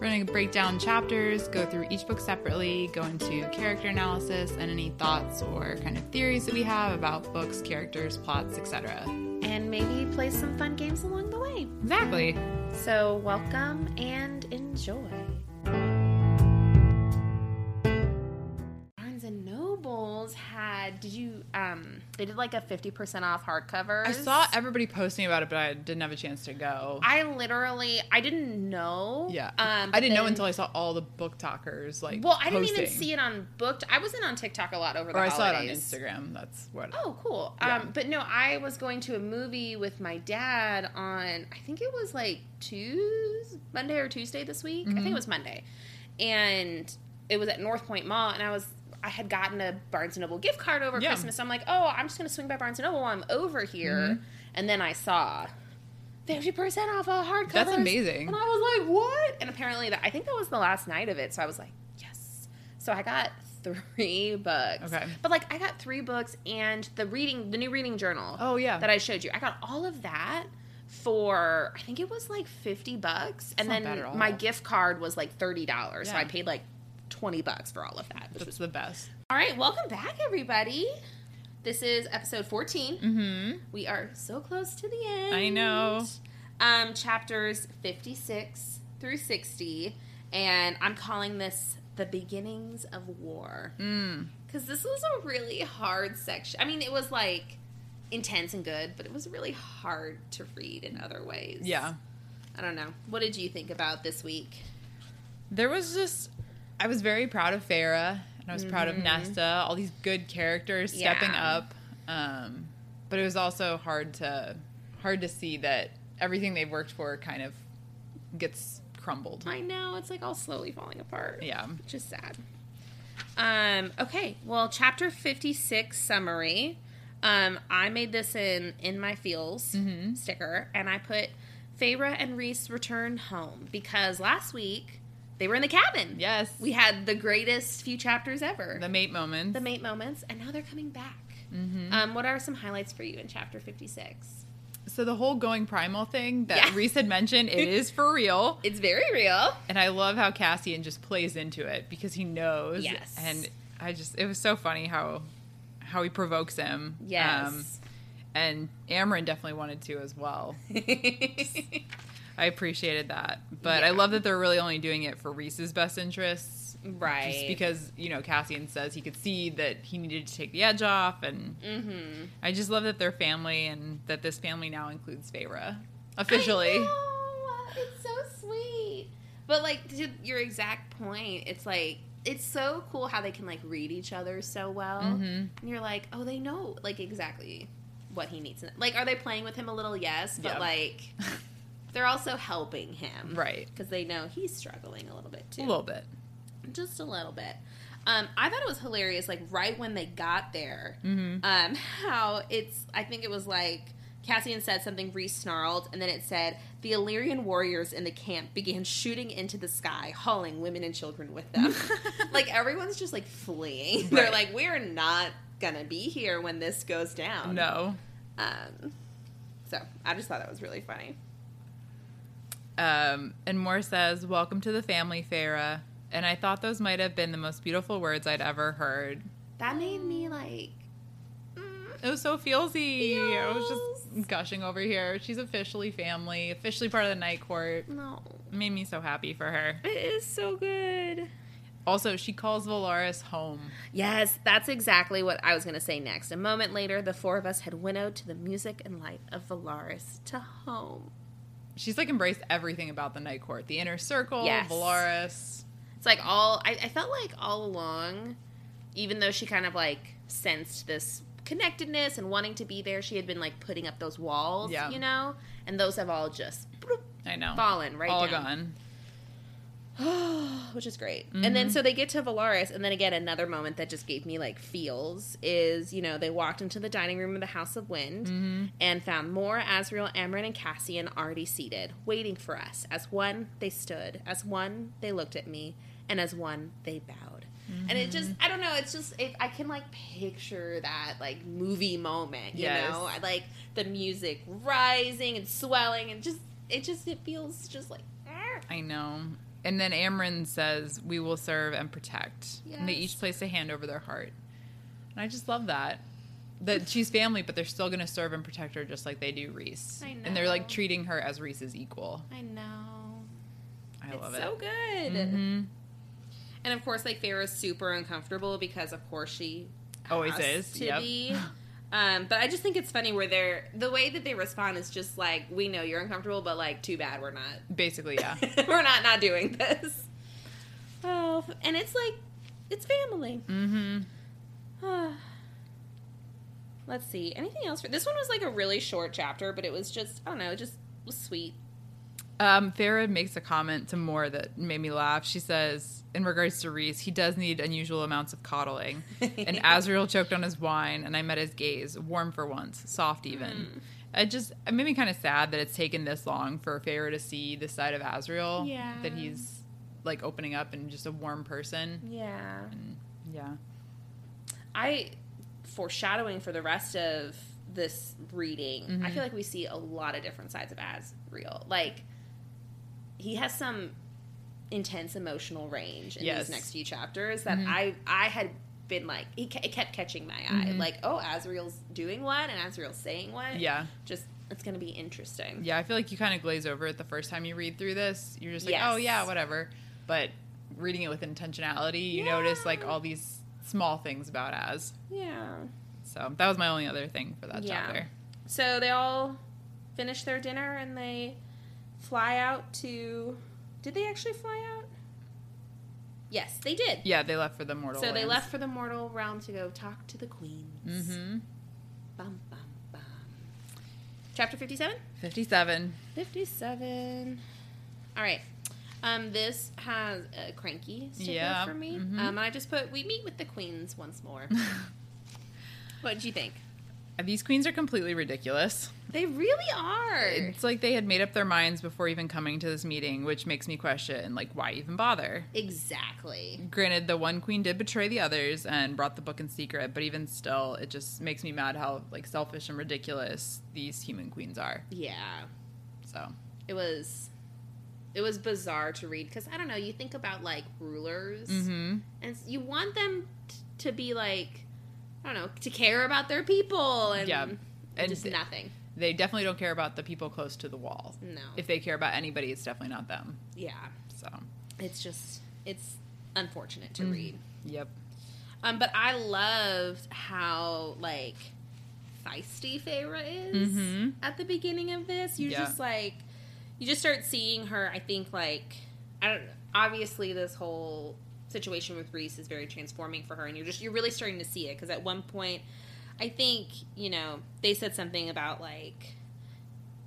We're going to break down chapters, go through each book separately, go into character analysis and any thoughts or kind of theories that we have about books, characters, plots, etc. And maybe play some fun games along the way. Exactly. So, welcome and enjoy. Barnes and Nobles had did you um they did like a 50% off hardcovers. I saw everybody posting about it, but I didn't have a chance to go. I literally I didn't know. yeah. Um I didn't know but until I saw all the book talkers like Well, I didn't even posting. see it on booked. I wasn't on TikTok a lot over the Or I saw it on holidays. Instagram. That's what Oh, cool. Yeah. Um, but no, I was going to a movie with my dad on, I think it was like Tuesday, Monday or Tuesday this week. I think it Mm-hmm. was Monday. And it was at North Point Mall, and I was, I had gotten a Barnes & Noble gift card over Yeah. Christmas. I'm like, oh, I'm just going to swing by Barnes & Noble while I'm over here. Mm-hmm. And then I saw 50% off all hardcovers. That's amazing. And I was like, what? And apparently, that I think that was the last night of it. So I was like, yes. So I got three books books. Okay. But like I got three books and the reading the new reading journal. Oh, yeah. That I showed you. I got all of that for I think it was like fifty bucks. and not then bad at my all. gift card was like thirty dollars. So Yeah. I paid like twenty bucks for all of that. Which that's was the best. all right, welcome back everybody. This is episode 14 Mhm. We are so close to the end. I know. Um, chapters fifty-six through sixty, and I'm calling this the beginnings of war. Mm. Because this was a really hard section. I mean, it was like intense and good, but it was really hard to read in other ways. Yeah. I don't know. What did you think about this week? There was just, I was very proud of Farah and I was proud of Nesta. All these good characters stepping Mm-hmm. Yeah. up, um, but it was also hard to hard to see that everything they've worked for kind of gets crumbled. I know, it's like all slowly falling apart. Yeah. Which is sad. Um, okay, well, chapter 56 summary. Um, I made this in in my feels Mm-hmm. sticker, and I put Feyre and Reese return home because last week they were in the cabin. Yes, We had the greatest few chapters ever. the mate moment. the mate moments, and now they're coming back. Mm-hmm. Um, what are some highlights for you in chapter 56? so the whole going primal thing that Yeah. Reese had mentioned, it is for real, It's very real. and I love how Cassian just plays into it because he knows. Yes. and I just it was so funny how how he provokes him. Yes. Um, and Amryn definitely wanted to as well. I appreciated that, but I Yeah. love that they're really only doing it for Reese's best interests, right. just because you know Cassian says he could see that he needed to take the edge off, and Mm. Mm-hmm. I just love that they're family and that this family now includes I Feyre officially. know. It's so sweet. But like to your exact point, it's like it's so cool how they can like read each other so well. Mm-hmm. And you're like, "Oh, they know like exactly what he needs." Like are they playing with him a little? Yes, but Yeah. like they're also helping him. Right. Cuz they know he's struggling a little bit too. A little bit. just a little bit. Um, I thought it was hilarious, like right when they got there, Mm-hmm. um, how it's. I think it was like Cassian said something, Reese snarled, and then it said the Illyrian warriors in the camp began shooting into the sky, hauling women and children with them. like everyone's just like fleeing. They're Right. like, we're not gonna be here when this goes down. No. Um, so I just thought that was really funny. Um, and Moore says, "Welcome to the family, Farah." And I thought those might have been the most beautiful words I'd ever heard. That made me like. mm, It was so feelsy. I was Feels. just gushing over here. She's officially family, officially part of the night court. No, Made me so happy for her. it is so good. Also, she calls Valaris home. Yes, that's exactly what I was going to say next. A moment later, the four of us had winnowed to the music and light of Valaris to home. She's like embraced everything about the Night Court the inner circle, Yes. Valaris. It's like all, I, I felt like all along, even though she kind of like sensed this connectedness and wanting to be there, she had been like putting up those walls, Yeah. you know? And those have all just bloop, I know. fallen right All down. gone. which is great. And then so they get to Valaris, and then again another moment that just gave me like feels is you know they walked into the dining room of the House of Wind and found more Azriel, Amryn, and Cassian already seated, waiting for us. As one they stood, as one they looked at me, and as one they bowed. And it just, I don't know, it's just, it, I can like picture that like movie moment, you Yes. know? I like the music rising and swelling and just, it just, it feels just like, "Ah." I know. And then Amryn says, We will serve and protect. And they Yes. each place a hand over their heart. And I just love that. That she's family, but they're still going to serve and protect her just like they do Reese. I And they're like know. treating her as Reese's equal. I know. I it's love it. so good. Mhm. And of course, like Farrah's super uncomfortable because, of course, she Always has is. to yep. be. Um, but I just think it's funny where they're the way that they respond is just like we know you're uncomfortable, but like too bad we're not Basically, yeah. we're not not doing this. Oh, and it's like it's family. mm-hmm. Mm. Let's see anything else. For, this one was like a really short chapter, but it was just I don't know, it just was sweet. Um, Farah makes a comment to Moore that made me laugh. She says, in regards to Reese, he does need unusual amounts of coddling. and Azriel choked on his wine, and I met his gaze, warm for once, soft even. It just it made me kind of sad that it's taken this long for Farah to see this side of Azriel. Yeah. That he's like opening up and just a warm person. Yeah. Yeah. I foreshadowing for the rest of this reading, Mm-hmm. I feel like we see a lot of different sides of Asriel. Like he has some intense emotional range in Yes. Mm-hmm. these next few chapters that I I had been like he ke- it kept catching my eye Mm-hmm. like oh Asriel's doing one and Asriel's saying one Yeah. just it's gonna be interesting Yeah. I feel like you kind of glaze over it the first time you read through this. You're just like, Yes. oh, yeah, whatever. But reading it with intentionality, you Yeah. notice like all these small things about Az. yeah So that was my only other thing for that Yeah. chapter. so they all finish their dinner and they fly out to did they actually fly out yes they did Yeah, they left for the mortal. So they left for the mortal realm to go talk to the queens. hmm Bum, bum, bum. Chapter 57? Fifty-seven. 57. All right. Um, this has a cranky sticker Yeah. for me. Mhm. Um, I just put, we meet with the queens once more. what did you think? These queens are completely ridiculous. They really are. It's like they had made up their minds before even coming to this meeting, which makes me question, like, why even bother? exactly. Granted, the one queen did betray the others and brought the book in secret, but even still, it just makes me mad how like selfish and ridiculous these human queens are. Yeah. So It was. It was bizarre to read because I don't know. You think about like rulers, hmm and you want them t- to be like i don't know to care about their people and, Yeah. And just th- nothing they definitely don't care about the people close to the wall. no If they care about anybody, it's definitely not them. yeah So, it's just it's unfortunate Mm-hmm. to read yep. um but i loved how like feisty Feyre is Mhm. at the beginning of this you Yeah. just like you just start seeing her i think like i don't obviously this whole situation with reese is very transforming for her and you're just you're really starting to see it because at one point i think you know they said something about like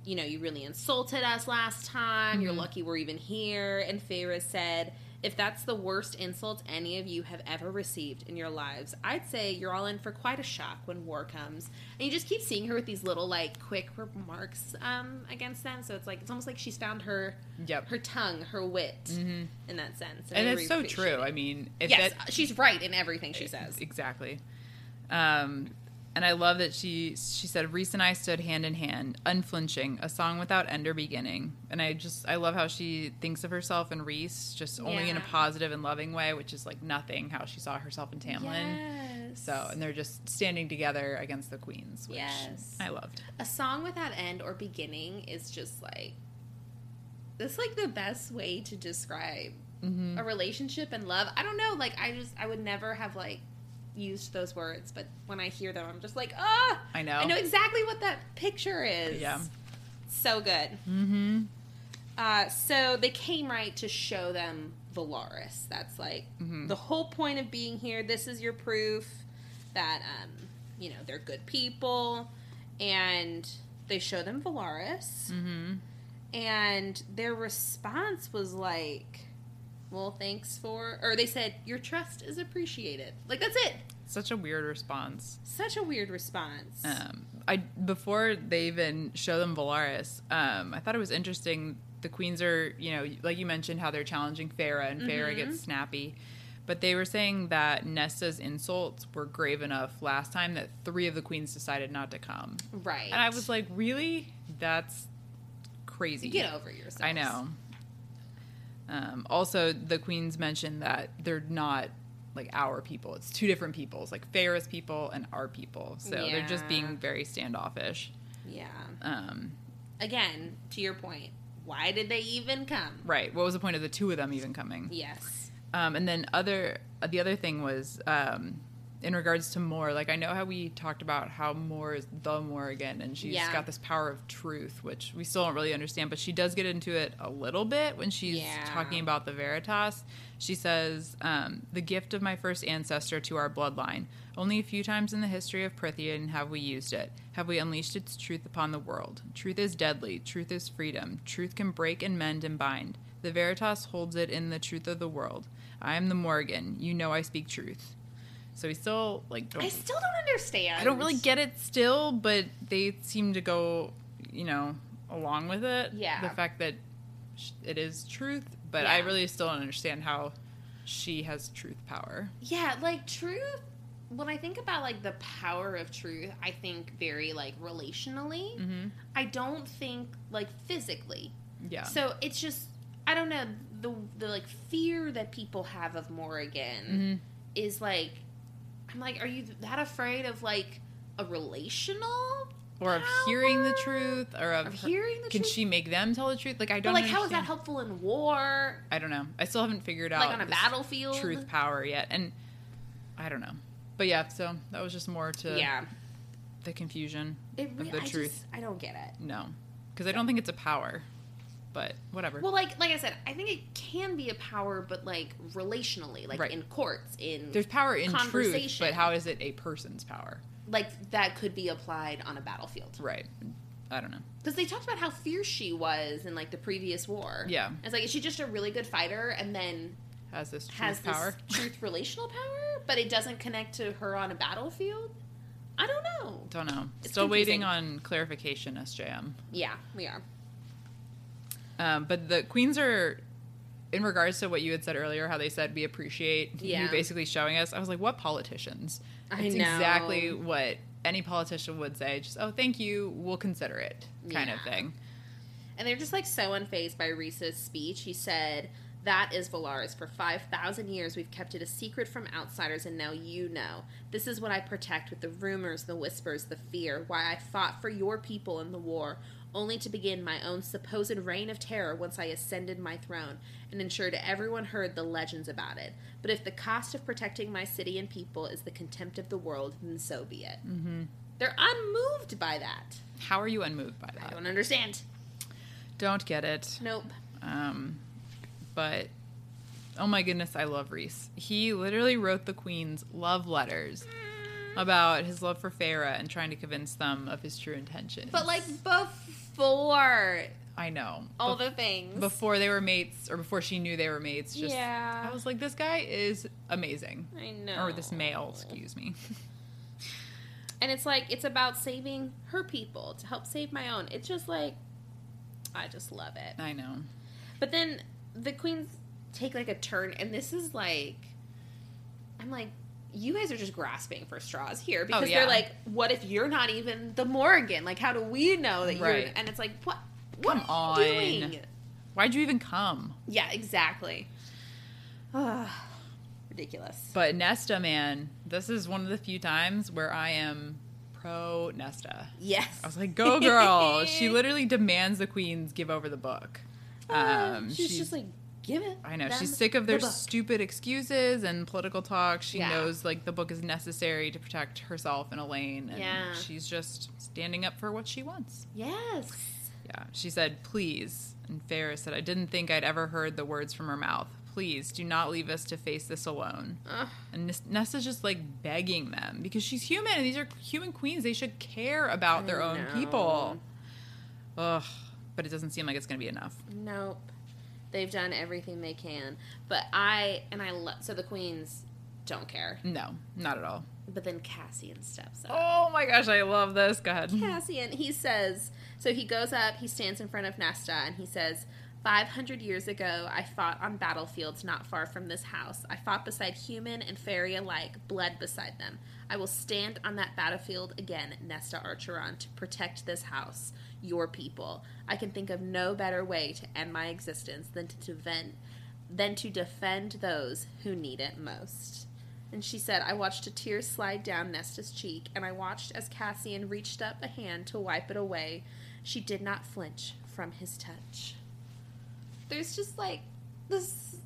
you know you really insulted us last time you're Mm-hmm. lucky we're even here and Feyre said if that's the worst insult any of you have ever received in your lives, I'd say you're all in for quite a shock when war comes. And you just keep seeing her with these little, like, quick remarks um, against them. So it's like, it's almost like she's found her Yep. Mm-hmm. her tongue, her wit, in that sense. and I it's so appreciate true. it. I mean, if Yes, that, she's right in everything she says. exactly. Um, and I love that she she said Reese and I stood hand in hand, unflinching, a song without end or beginning. And I just I love how she thinks of herself and Reese just only in a Yeah. positive and loving way, which is like nothing how she saw herself in Tamlin. Yes. So and they're just standing together against the queens, which Yes. I loved. a song without end or beginning is just like that's like the best way to describe Mm-hmm. a relationship and love. I don't know. Like I just I would never have like used those words, but when I hear them, I'm just like, ah, I know. I know exactly what that picture is. Yeah. so good. Mm-hmm. Uh, so they came right to show them Valaris. That's like Mm-hmm. the whole point of being here. This is your proof that um, you know they're good people, and they show them Valaris, Mm-hmm. and their response was like, "Well, thanks for," or they said, "Your trust is appreciated." Like that's it. Such a weird response. Such a weird response. Um, I before they even show them Valaris, um, I thought it was interesting. The queens are, you know, like you mentioned, how they're challenging Farah, and Farah gets snappy. But they were saying that Nesta's insults were grave enough last time that three of the queens decided not to come, right. and I was like, really? That's crazy. "Get over yourself." I know. Um, also, the queens mentioned that they're not like our people. It's two different peoples, like Pharaoh's people and our people. So they're just Yeah. being very standoffish. Yeah. Um, Again, to your point, why did they even come? right. What was the point of the two of them even coming? Yes. Um, and then other the other thing was um, in regards to Moore. Like I know how we talked about how Moore is the Moore again, and she's Yeah. got this power of truth, which we still don't really understand. But she does get into it a little bit when she's Yeah. talking about the Veritas. She says, um, "The gift of my first ancestor to our bloodline. Only a few times in the history of Prithian have we used it. Have we unleashed its truth upon the world? Truth is deadly. Truth is freedom. Truth can break and mend and bind." The Veritas holds it in the truth of the world. I am the Morgan. You know I speak truth. So we still like don't, I I, still don't understand. don't really get it still, but they seem to go, you know, along with it. Yeah. The fact that sh- it is truth, but I Yeah. really still don't understand how she has truth power. Yeah, like truth. When I think about like the power of truth, I think very like relationally. Mhm. I don't think like physically. Yeah. So it's just I don't know the the like fear that people have of Morrigan Mhm. is like I'm like, are you that afraid of like a relational Or of hearing the power? truth, or of, Of her- hearing the can truth? she make them tell the truth? Like I But don't. like, how is that understand. helpful in war? I don't know. I still haven't figured out Like on a this battlefield? truth power yet, and I don't know. But yeah, so that was just more to yeah, the confusion it of really, the I truth. Just, I don't get it. no, because I don't think it's a power. But whatever. Well, like like I said, I think it can be a power, but like relationally, like Right. in courts, in There's power in truth, conversation. but how is it a person's power? like that could be applied on a battlefield. Right. I don't know. Because they talked about how fierce she was in like the previous war. Yeah. it's like is she just a really good fighter, and then Has this truth has power? this truth relational power, but it doesn't connect to her on a battlefield. I don't know. don't know. It's Still waiting confusing. on clarification, SJM. Yeah, we are. Um, but the queens are, in regards to what you had said earlier, how they said we appreciate you Yeah. basically showing us. I was like, what politicians? I It's know. exactly what any politician would say. Just oh, thank you, we'll consider it, kind of Yeah. thing. And they're just like so unfazed by Reese's speech. He said, That is Valaris. For 5,000 years, we've kept it a secret from outsiders, and now you know. This is what I protect with the rumors, the whispers, the fear, why I fought for your people in the war, only to begin my own supposed reign of terror once I ascended my throne and ensured everyone heard the legends about it. But if the cost of protecting my city and people is the contempt of the world, then so be it. Mm-hmm. They're unmoved by that. How are you unmoved by I that? don't understand. Don't get it. Nope. Um, but oh my goodness, I love Reese. He literally wrote the Queen's love letters about his love for Farah and trying to convince them of his true intentions. But like before I know all the Bef- things. before they were mates or before she knew they were mates. Just Yeah. I was like, this guy is amazing, I know. or this male, excuse me. And it's like it's about saving her people to help save my own. It's just like I just love it. I know. But then the queens take like a turn and this is like I'm like you guys are just grasping for straws here because Oh, yeah. they're like, what if you're not even the Morgan? Like, how do we know that Right. you're? And it's like, what? What Come are you on. doing? Why'd you even come? Yeah, exactly. Ugh. ridiculous. But Nesta, man, this is one of the few times where I am pro Nesta. Yes. I was like, "Go, girl!" she literally demands the queens give over the book. Uh, Um, she's, just like, Give it. I know them she's sick of their the book. stupid excuses and political talk. She Yeah. knows like the book is necessary to protect herself and Elaine, and Yeah. she's just standing up for what she wants. Yes. Yeah, she said, "Please," and Ferris said, "I didn't think I'd ever heard the words from her mouth. Please do not leave us to face this alone." Ugh. And Nes- Nessa's just like begging them because she's human and these are human queens. They should care about their I own know. people. Ugh, but it doesn't seem like it's going to be enough. Nope. They've done everything they can, but I and I love so the queens don't care, No, not at all. but then Cassian steps up. Oh my gosh, I love this. Go ahead. Cassian, he says, so he goes up, he stands in front of Nesta, and he says, 500 years ago, I fought on battlefields not far from this house. I fought beside human and fairy alike, bled beside them. I will stand on that battlefield again, Nesta Archeron, to protect this house, your people. I can think of no better way to end my existence than to defend, than to defend those who need it most. And she said, I watched a tear slide down Nesta's cheek, and I watched as Cassian reached up a hand to wipe it away. She did not flinch from his touch. There's just like this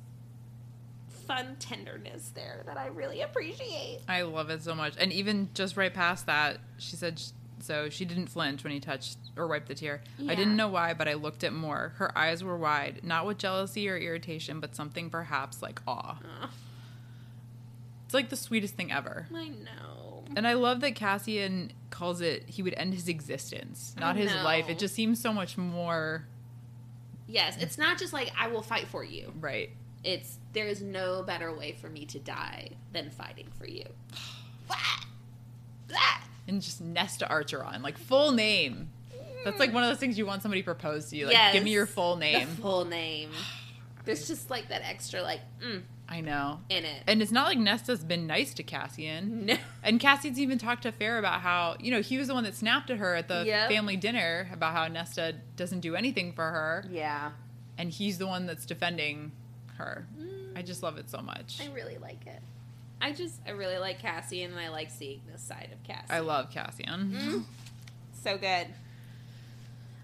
fun tenderness there that I really appreciate. I love it so much. And even just right past that, she said, sh- so she didn't flinch when he touched or wiped the tear. I Yeah. didn't know why, but I looked at more. Her eyes were wide, not with jealousy or irritation, but something perhaps like awe. Ugh, It's like the sweetest thing ever. I know. And I love that Cassian calls it, he would end his existence, I not his know. life. It just seems so much more Yes, it's not just like I will fight for you. right. It's there is no better way for me to die than fighting for you. And just Nesta Archeron, like full name. That's like one of those things you want somebody to propose to you. Like, give me Yes. your full The name. full name. There's just like that extra like mm, I know. in it. And it's not like Nesta's been nice to Cassian. No. And Cassian's even talked to Fair about how, you know, he was the one that snapped at her at the Yep. family dinner about how Nesta doesn't do anything for her. Yeah. And he's the one that's defending her. I just love it so much. Mm. I really like it. I just, I really like Cassian and I like seeing this side of Cassian. I, love Cassian. Mm-hmm. so good.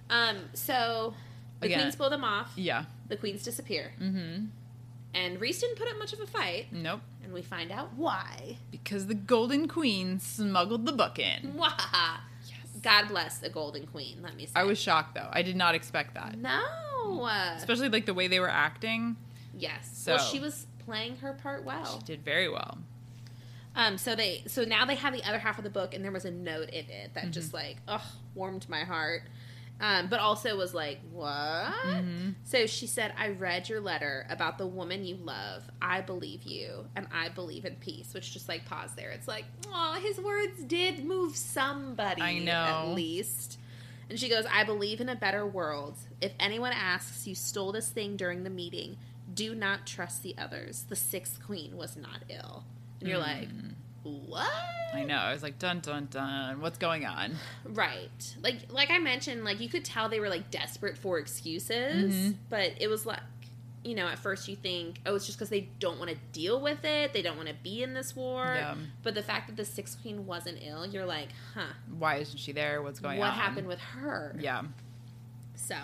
Um, so the Again. queens blow them off. Yeah. The queens disappear. Mm-hmm. And Reese didn't put up much of a fight. Nope. And we find out why. Because the Golden Queen smuggled the book in. Why? God bless the Golden Queen, let me say. I was shocked though. I did not expect that. No. Especially like the way they were acting. yes. So- Well, she was playing her part well. She did very well. Um, so they so now they have the other half of the book, and there was a note in it that Mm-hmm. just like ugh warmed my heart, um, but also was like what? Mm-hmm. So she said, "I read your letter about the woman you love. I believe you, and I believe in peace." Which just like pause there. It's like oh, his words did move somebody. I know. at least. And she goes, "I believe in a better world. If anyone asks you stole this thing during the meeting, do not trust the others. The sixth queen was not ill." And you're like, what? Mm. I know. I was like, dun dun dun. What's going on? Right. Like like I mentioned, like you could tell they were like desperate for excuses, Mm-hmm. but it was like you know, at first you think, oh, it's just because they don't want to deal with it. They don't want to be in this war. Yeah. But the fact that the Sixth Queen wasn't ill, you're like, huh, Why isn't she there? What's going what on? happened with her? Yeah. So,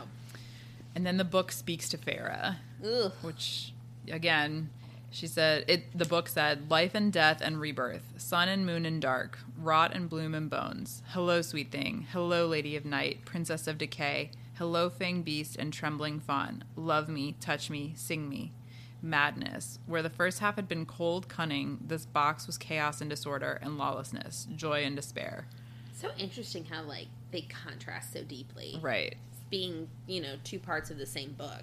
And then the book speaks to Farah, ugh. which again, she said it the book said life and death and rebirth, sun and moon and dark, rot and bloom and bones. Hello, sweet thing. Hello, lady of night, princess of decay. Hello, fanged beast and trembling fawn. Love me, touch me, sing me. Madness. Where the first half had been cold cunning, this box was chaos and disorder and lawlessness, joy and despair. So interesting how like they contrast so deeply. Right. Mm-hmm. Being, you know, two parts of the same book.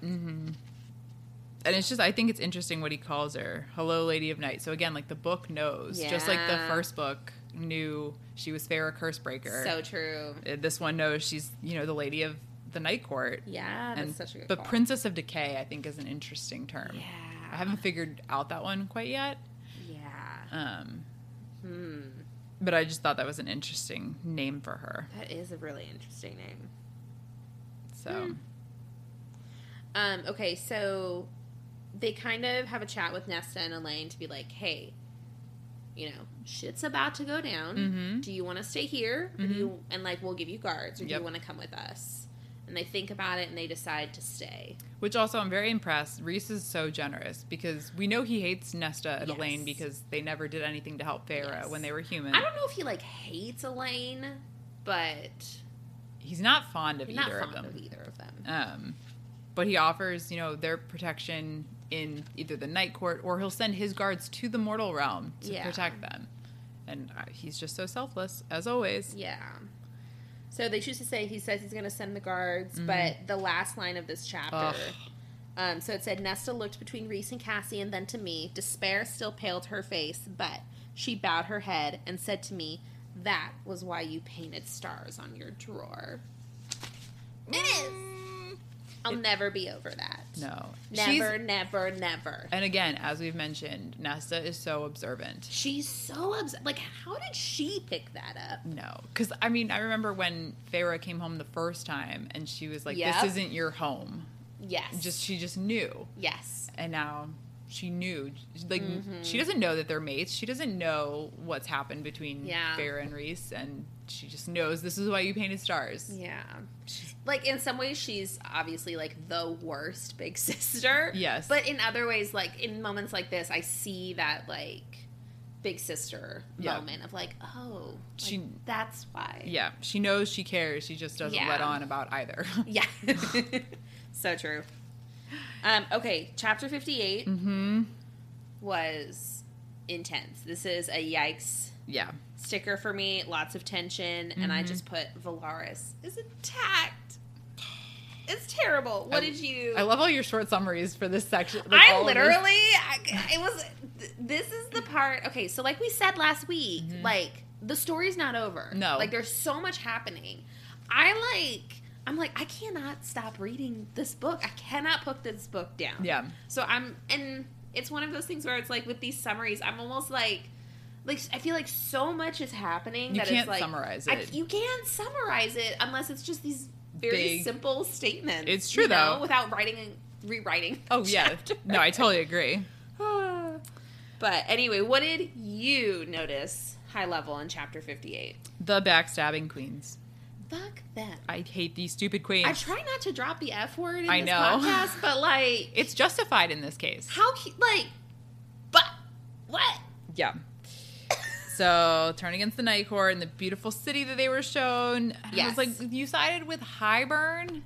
and it's just I think it's interesting what he calls her, "Hello, Lady of Night." So again, like the book knows, just like the Yeah. first book knew she was Farah Cursebreaker. So true. Uh, this one knows she's you know the Lady of the Night Court. Yeah, that's and such a good but call. Princess of Decay, I think, is an interesting term. Yeah. I haven't figured out that one quite yet. Yeah. Hmm, Um, But I just thought that was an interesting name for her. That is a really interesting name. So Hmm. Um, okay, so they kind of have a chat with Nesta and Elaine to be like, hey, you know, shit's about to go down. Mhm. Do you want to stay here? Or do you, and like, we'll give you guards, or do Mm-hmm. Yep. you want to come with us? and they think about it and they decide to stay. Which also, I'm very impressed. Reese is so generous because we know he hates Nesta and Yes. Elaine because they never did anything to help Farah Yes. when they were human. I don't know if he like hates Elaine, but He's not fond of he's not either fond of of them. either of them. Um, but he offers, you know, their protection in either the night court or he'll send his guards to the mortal realm to Yeah. protect them. And uh, he's just so selfless, as always. Yeah. So they choose to say he says he's going to send the guards, but the last line of this chapter. Mm-hmm. Ugh. Um, so it said Nesta looked between Reese and Cassie and then to me. Despair still paled her face, but she bowed her head and said to me, That was why you painted stars on your drawer. It is. I'll never be over that. Mm. No. Never, She's, never, never. and again, as we've mentioned, Nesta is so observant. She's so upset. Like, how did she pick that up? No, because I mean, I remember when Farah came home the first time, and she was like, Yep. "This isn't your home." Yes. Just she just knew, yes. and now she knew. Like Mm-hmm. she doesn't know that they're mates. She doesn't know what's happened between Yeah. Farah and Reese, and she just knows this is why you painted stars. Yeah. She's- Like in some ways she's obviously like the worst big sister. Yes. But in other ways, like in moments like this, I see that like big sister Yeah. moment of like, oh like, She- that's why. Yeah, she knows she cares. She just doesn't Yeah. let on about either. Yeah. so true. Um, okay, chapter fifty hmm was intense. This is a yikes Yeah, sticker for me, lots of tension, and Mm-hmm. I just put Valaris is attacked. It's terrible. What I- did you I love all your short summaries for this section. like, I all of this. literally, I, it was. th- This is the part. Okay, so like we said last week, like the story's not over. Mm-hmm. No. like there's so much happening. I like. I'm like I cannot stop reading this book. I cannot put this book down. Yeah. So I'm, and it's one of those things where it's like with these summaries, I'm almost like. Like I feel like so much is happening that You it's can't like summarize I- it. you can't summarize it unless it's just these very Big- simple statements. It's true, you know, though. without writing and rewriting. Oh yeah, chapter. no, I totally agree. But anyway, what did you notice high level in chapter 58? The backstabbing queens. Fuck them. I hate these stupid queens. I try not to drop the F word in I this know. podcast, but like, It's justified in this case. how, cu- like, but what? Yeah. So turn against the Night Court and the beautiful city that they were shown. And I Yes. was like, you sided with Highburn.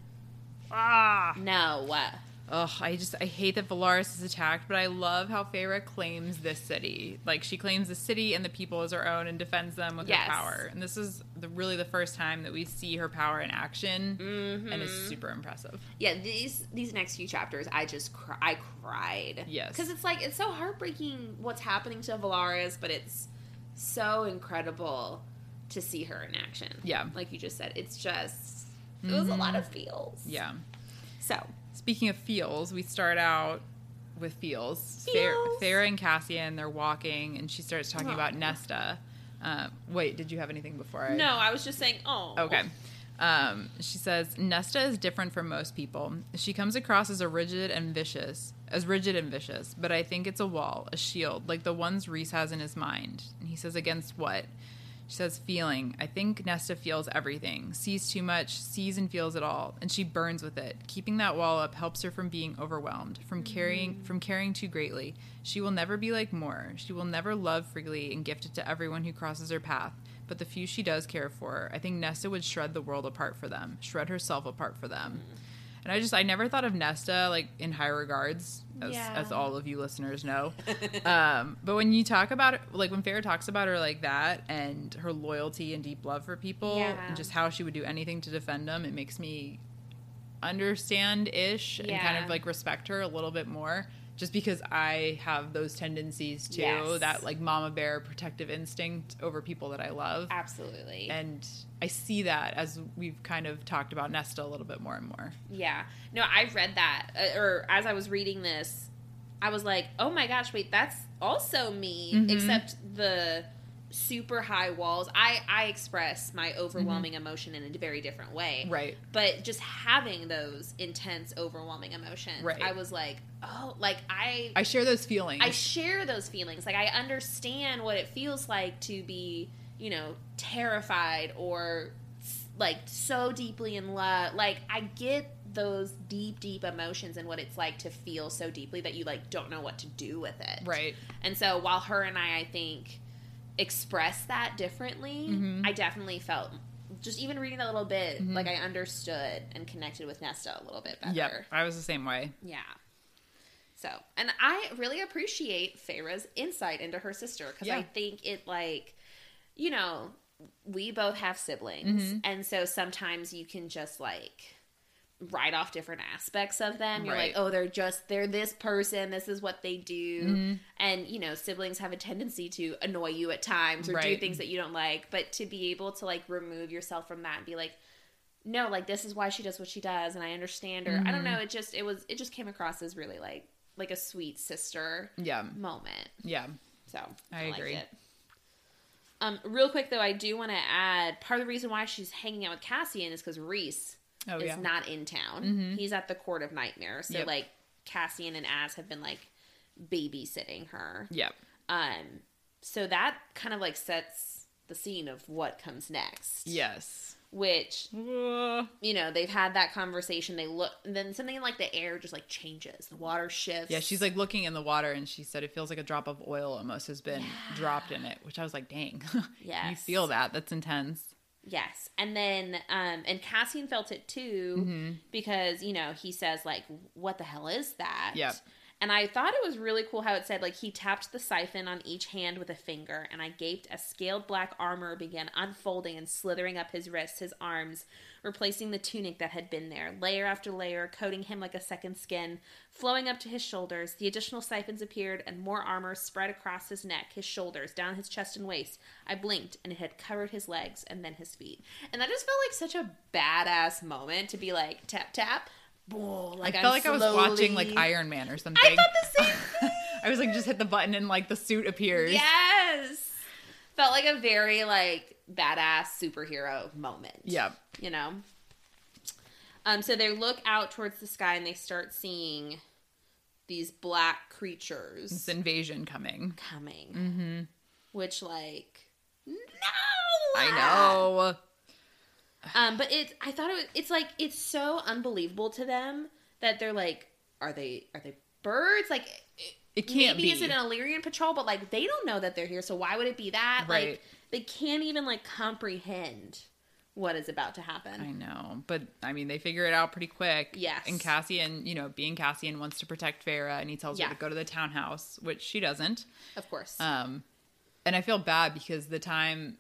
No, what? Ugh, I just I hate that Valaris is attacked, but I love how Feyre claims this city. Like she claims the city and the people as her own and defends them with Yes. her power. And this is the, really the first time that we see her power in action, and Mm-hmm. it's super impressive. Yeah, these these next few chapters, I just cr- I cried. Yes. because it's like it's so heartbreaking what's happening to Valaris, but it's so incredible to see her in action. Yeah. Mm-hmm. like you just said, it's just it was a lot of feels. Yeah. So Speaking of feels, we start out with feels. Fa- Feels. Oh. Farah and Cassian, they're walking, and she starts talking Aw. about Nesta. Uh, wait, did you have anything before I? No, I was just saying. Oh, Okay. Um, she says Nesta is different from most people. She comes across as a rigid and vicious, as rigid and vicious. But I think it's a wall, a shield, like the ones Reese has in his mind. And he says, against what? She says, feeling. I think Nesta feels everything, sees too much, sees and feels it all, and she burns with it. Keeping that wall up helps her from being overwhelmed, from carrying, from caring too greatly. She will never be like Moore. She will never love freely and gift it to everyone who crosses her path. But the few she does care for, I think Nesta would shred the world apart for them, shred herself apart for them. And I just, I never thought of Nesta like in high regards, as, Yeah. as all of you listeners know. um, but when you talk about it, like when Farrah talks about her like that and her loyalty and deep love for people Yeah. and just how she would do anything to defend them, it makes me understand ish and kind Yeah. of like respect her a little bit more. Just because I have those tendencies too, Yes. that like mama bear protective instinct over people that I love. absolutely. And I see that as we've kind of talked about Nesta a little bit more and more. yeah. No, I read that, uh, or as I was reading this, I was like, oh my gosh, wait, that's also me, Mm-hmm. except the super high walls. I I express my overwhelming emotion in a very different way, Mm-hmm. Right. But just having those intense, overwhelming emotions, Right. I was like, oh, like I I share those feelings. I share those feelings. Like I understand what it feels like to be, you know, terrified or s- like so deeply in love. Like I get those deep, deep emotions and what it's like to feel so deeply that you like don't know what to do with it. Right. And so while her and I, I think, express that differently, Mhm. I definitely felt just even reading that little bit, Mhm. like I understood and connected with Nesta a little bit better. Yep. I was the same way. Yeah. So, and I really appreciate Farah's insight into her sister because Yeah. I think it like, you know, we both have siblings, Mhm. and so sometimes you can just like write off different aspects of them. You're Right. like, oh, they're just they're this person. This is what they do, Mhm. and you know, siblings have a tendency to annoy you at times or do Right. things that you don't like. But to be able to like remove yourself from that and be like, no like this is why she does what she does and i understand her Mm-hmm. i don't know it just it was it just came across as really like like a sweet sister Yeah. moment Yeah. so I liked agree. it. um real quick though i do want to add part of the reason why she's hanging out with cassian is because reese Oh, is yeah. Mm-hmm. not in town he's at the court of nightmare so Yep. like cassian and az have been like babysitting her yep. um so that kind of like sets the scene of what comes next Yes. which Whoa. you know they've had that conversation they look and then something in like the air just like changes the water shifts Yeah, she's like looking in the water and she said it feels like a drop of oil almost has been dropped in it, which I was like, dang. You Yes. feel that. That's intense. yes and then um and cassian felt it too Mm-hmm. because you know he says like what the hell is that Yep. and i thought it was really cool how it said like he tapped the siphon on each hand with a finger and i gaped as scaled black armor began unfolding and slithering up his wrists his arms replacing the tunic that had been there layer after layer coating him like a second skin flowing up to his shoulders the additional siphons appeared and more armor spread across his neck his shoulders down his chest and waist i blinked and it had covered his legs and then his feet and that just felt like such a badass moment to be like tap tap Boom, like I I'm felt like I was watching like slowly- Iron Man or something. I thought the same I was like, just hit the button and like the suit appears. Yes. Felt like a very like badass superhero moment. Yeah. You know. Um so they look out towards the sky and they start seeing these black creatures This invasion coming. coming. Mm-hmm. Which like no Ah. I know. Um but it's I thought it was it's like it's so unbelievable to them that they're like are they are they birds like It can't maybe be. is it an Illyrian patrol, but like they don't know that they're here, so why would it be that? Like Right. they can't even like comprehend what is about to happen. I know, but I mean, they figure it out pretty quick. Yes. And Cassian, you know, being Cassian wants to protect Farah, and he tells Yeah. her to go to the townhouse, which she doesn't. Of course. Um, and I feel bad because the time,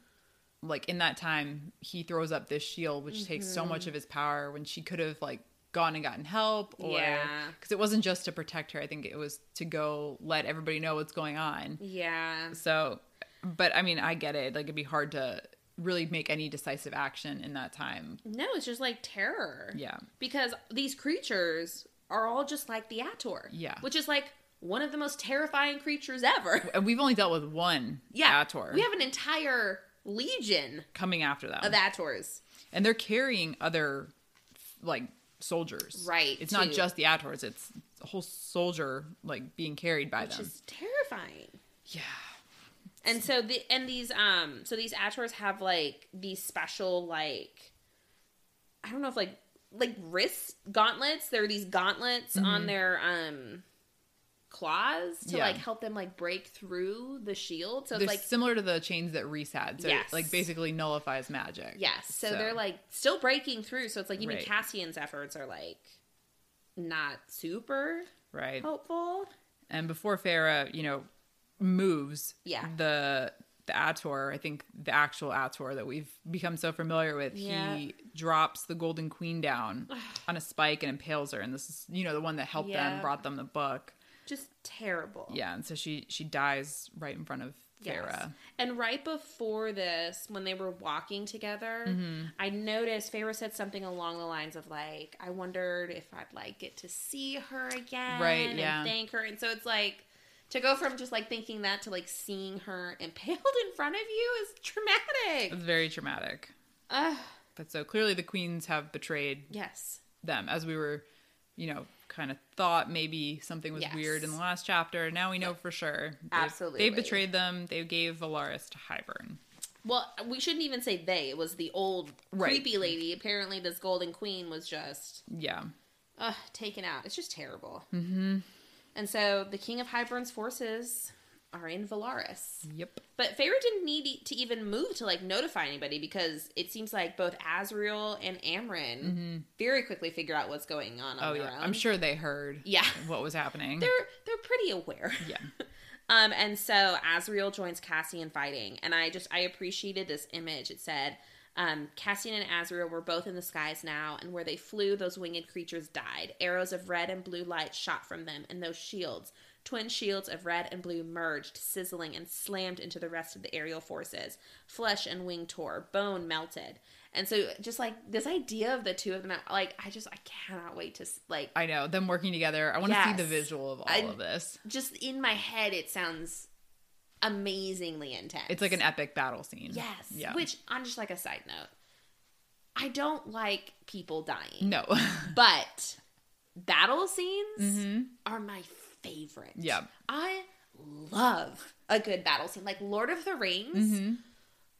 like in that time, he throws up this shield, which takes so Mm-hmm. much of his power when she could have like gone and gotten help, or Yeah. because it wasn't just to protect her. I think it was to go let everybody know what's going on. yeah. So, but I mean, I get it. Like it'd be hard to really make any decisive action in that time. No, it's just like terror. Yeah. Because these creatures are all just like the Ator. Yeah. Which is like one of the most terrifying creatures ever. And we've only dealt with one yeah. Ator We have an entire legion coming after them. of Ators. And they're carrying other like soldiers. Right, It's not too. just the Ators, it's a whole soldier like being carried by Which them. is terrifying. yeah. And so the and these um so these ators have like these special like I don't know if like like wrist gauntlets. There are these gauntlets on their um claws to Mm-hmm. Yeah. like help them like break through the shield. So They're it's like similar to the chains that Reese had. So Yes. it like basically nullifies magic. yes. So, they're like still breaking through. So it's like even Right. Cassian's efforts are like not super Right. oh. helpful. And before Farah, you know, moves Yeah. the the Ator, I think the actual Ator that we've become so familiar with, Yeah. he drops the Golden Queen down on a spike and impales her. And this is, you know, the one that helped Yeah. them, brought them the book. Just terrible. Yeah, and so she she dies right in front of Farah. And right before this, when they were walking together, I noticed Farah said something along the lines of like, "I wondered if I'd like get to see her again, Right, And yeah. thank her." And so it's like to go from just like thinking that to like seeing her impaled in front of you is traumatic. It's very traumatic. Ugh. But so clearly the queens have betrayed yes, them, as we were, you know, kind of thought maybe something was Yes. weird in the last chapter. Now we know for sure. They've- Absolutely. they betrayed them. They gave Valaris to Hybern. Well, we shouldn't even say they. It was the old Right. creepy lady. Apparently, this golden queen was just Yeah. uh, taken out. It's just terrible. Mm-hmm. And so the king of Hybern's forces are in Valaris. Yep. But Feyre didn't need e- to even move to like notify anybody because it seems like both Azriel and Amryn very quickly figure out what's going on. on Mm-hmm. Oh their yeah. own. I'm sure they heard. Yeah. What was happening? they're they're pretty aware. yeah. Um, and so Azriel joins Cassian fighting, and I just I appreciated this image. It said, um, Cassian and Azriel were both in the skies now, and where they flew, those winged creatures died. Arrows of red and blue light shot from them, and those shields, twin shields of red and blue, merged, sizzling, and slammed into the rest of the aerial forces. Flesh and wing tore, bone melted, and so just like this idea of the two of them, like I just I cannot wait to s- like I know them working together. I want to see Yes. the visual of all I- of this. just in my head it sounds amazingly intense. It's like an epic battle scene. yes, Yeah. which on just like a side note, I don't like people dying, no. but battle scenes Mhm. are my favorite. Yeah. I love a good battle scene, like Lord of the Rings. Mhm.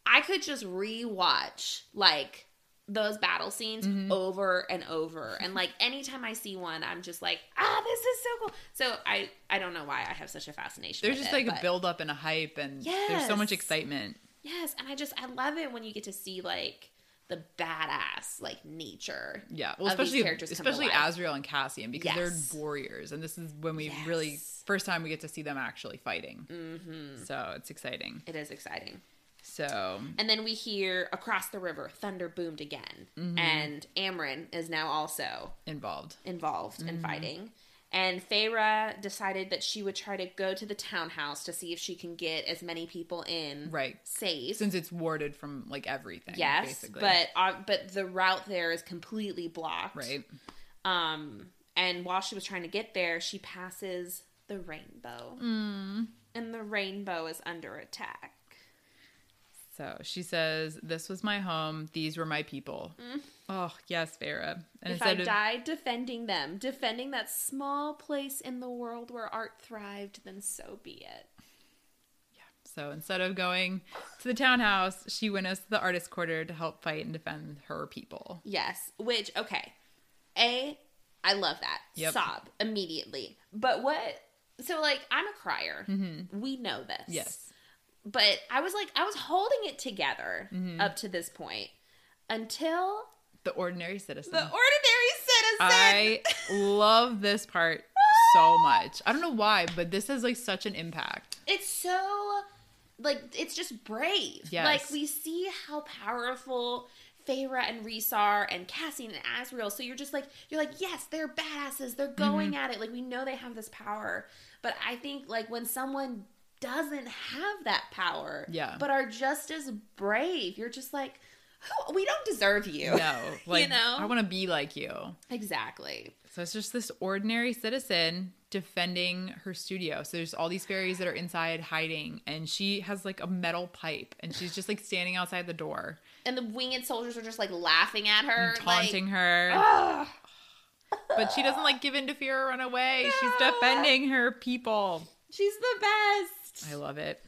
I could just rewatch like those battle scenes Mm-hmm. over and over and like anytime I see one I'm just like ah this is so cool so I I don't know why I have such a fascination There's with just it, like a but- build up and a hype, and there's so Yes. much excitement. yes and I just I love it when you get to see like the badass like nature Yeah, well, of these especially characters come to especially life. Azrael and Cassian because Yes. they're warriors, and this is when we really Yes. Mm-hmm. first time we get to see them actually fighting. So it's exciting. it is exciting So and then we hear across the river thunder boomed again Mm-hmm. and Amryn is now also involved. involved Mm-hmm. in fighting. And Feyre decided that she would try to go to the townhouse to see if she can get as many people in Right. safe. Since it's warded from like everything. yes, basically. but uh, but the route there is completely blocked. right. Um, and while she was trying to get there, she passes the rainbow, Mm. and the rainbow is under attack. So she says, "This was my home. These were my people." Oh yes, Vera. And Mm. if I died defending them, defending that small place in the world where art thrived, then so be it. So instead of going to the townhouse, she went us to the artist quarter to help fight and defend her people. Yes, which okay. A I love that. Yep. Sob immediately. But what so like I'm a crier. We know this. Mm-hmm. Yes. But I was like I was holding it together Mm-hmm. up to this point until The ordinary citizen. the ordinary citizen Mm. I love this part so much. I don't know why, but this has like such an impact. it's so like it's just brave. Yes. Like we see how powerful Feyre and Rhys are and Cassian and Asriel. So you're just like you're like, yes, they're badasses. Mm-hmm. They're going at it. Like we know they have this power. But I think like when someone doesn't have that power, Yeah. but are just as brave, you're just like, who we don't deserve you. No, like know? I want to be like you. Exactly. So it's just this ordinary citizen defending her studio. So there's all these fairies that are inside hiding, and she has like a metal pipe, and she's just like standing outside the door, And the winged soldiers are just like laughing at her, taunting Like, her. "Ugh." But she doesn't like give in to fear or run away. She's defending her people. she's the best. I love it.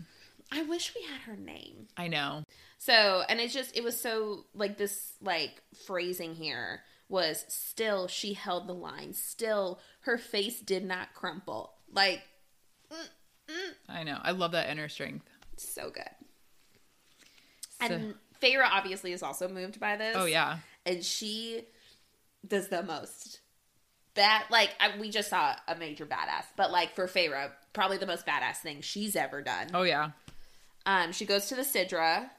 I wish we had her name. I know. So, and it's just, it was so, like, this, like, phrasing here was still she held the line. Still her face did not crumple. Like, I know. I love that inner strength. so good. So- And Feyre obviously is also moved by this. oh yeah. And she does the most. That, like, I, we just saw a major badass, but, like, for Feyre, probably the most badass thing she's ever done. Oh yeah. Um, she goes to the Sidra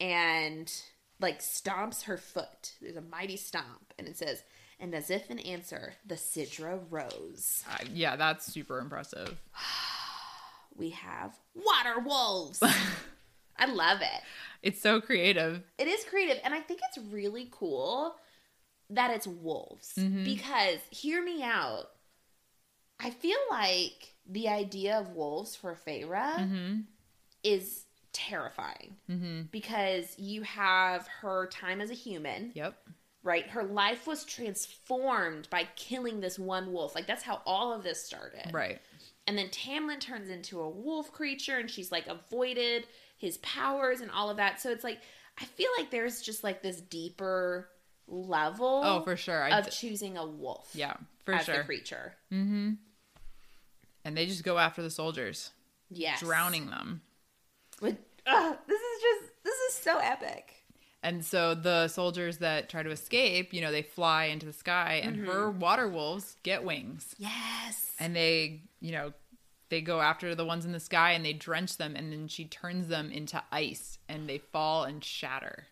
and like stomps her foot. There's a mighty stomp, and it says, and as if in answer, the Sidra rose. Uh, yeah, that's super impressive. We have water wolves. I love it. It's so creative. It is creative, and I think it's really cool that it's wolves because hear me out. I feel like the idea of wolves for Feyre is terrifying because you have her time as a human, Yep. right? Her life was transformed by killing this one wolf. Like that's how all of this started. Right. And then Tamlin turns into a wolf creature and she's like avoided. his powers and all of that. So it's like I feel like there's just like this deeper level. Oh, for sure. I of d- choosing a wolf. yeah, for as the sure. Mm-hmm. creature. And they just go after the soldiers, Yes, drowning them. With, ugh, this is just this is so epic. And so the soldiers that try to escape, you know, they fly into the sky, and Mm-hmm. her water wolves get wings. Yes. and they you know they go after the ones in the sky and they drench them and then she turns them into ice and they fall and shatter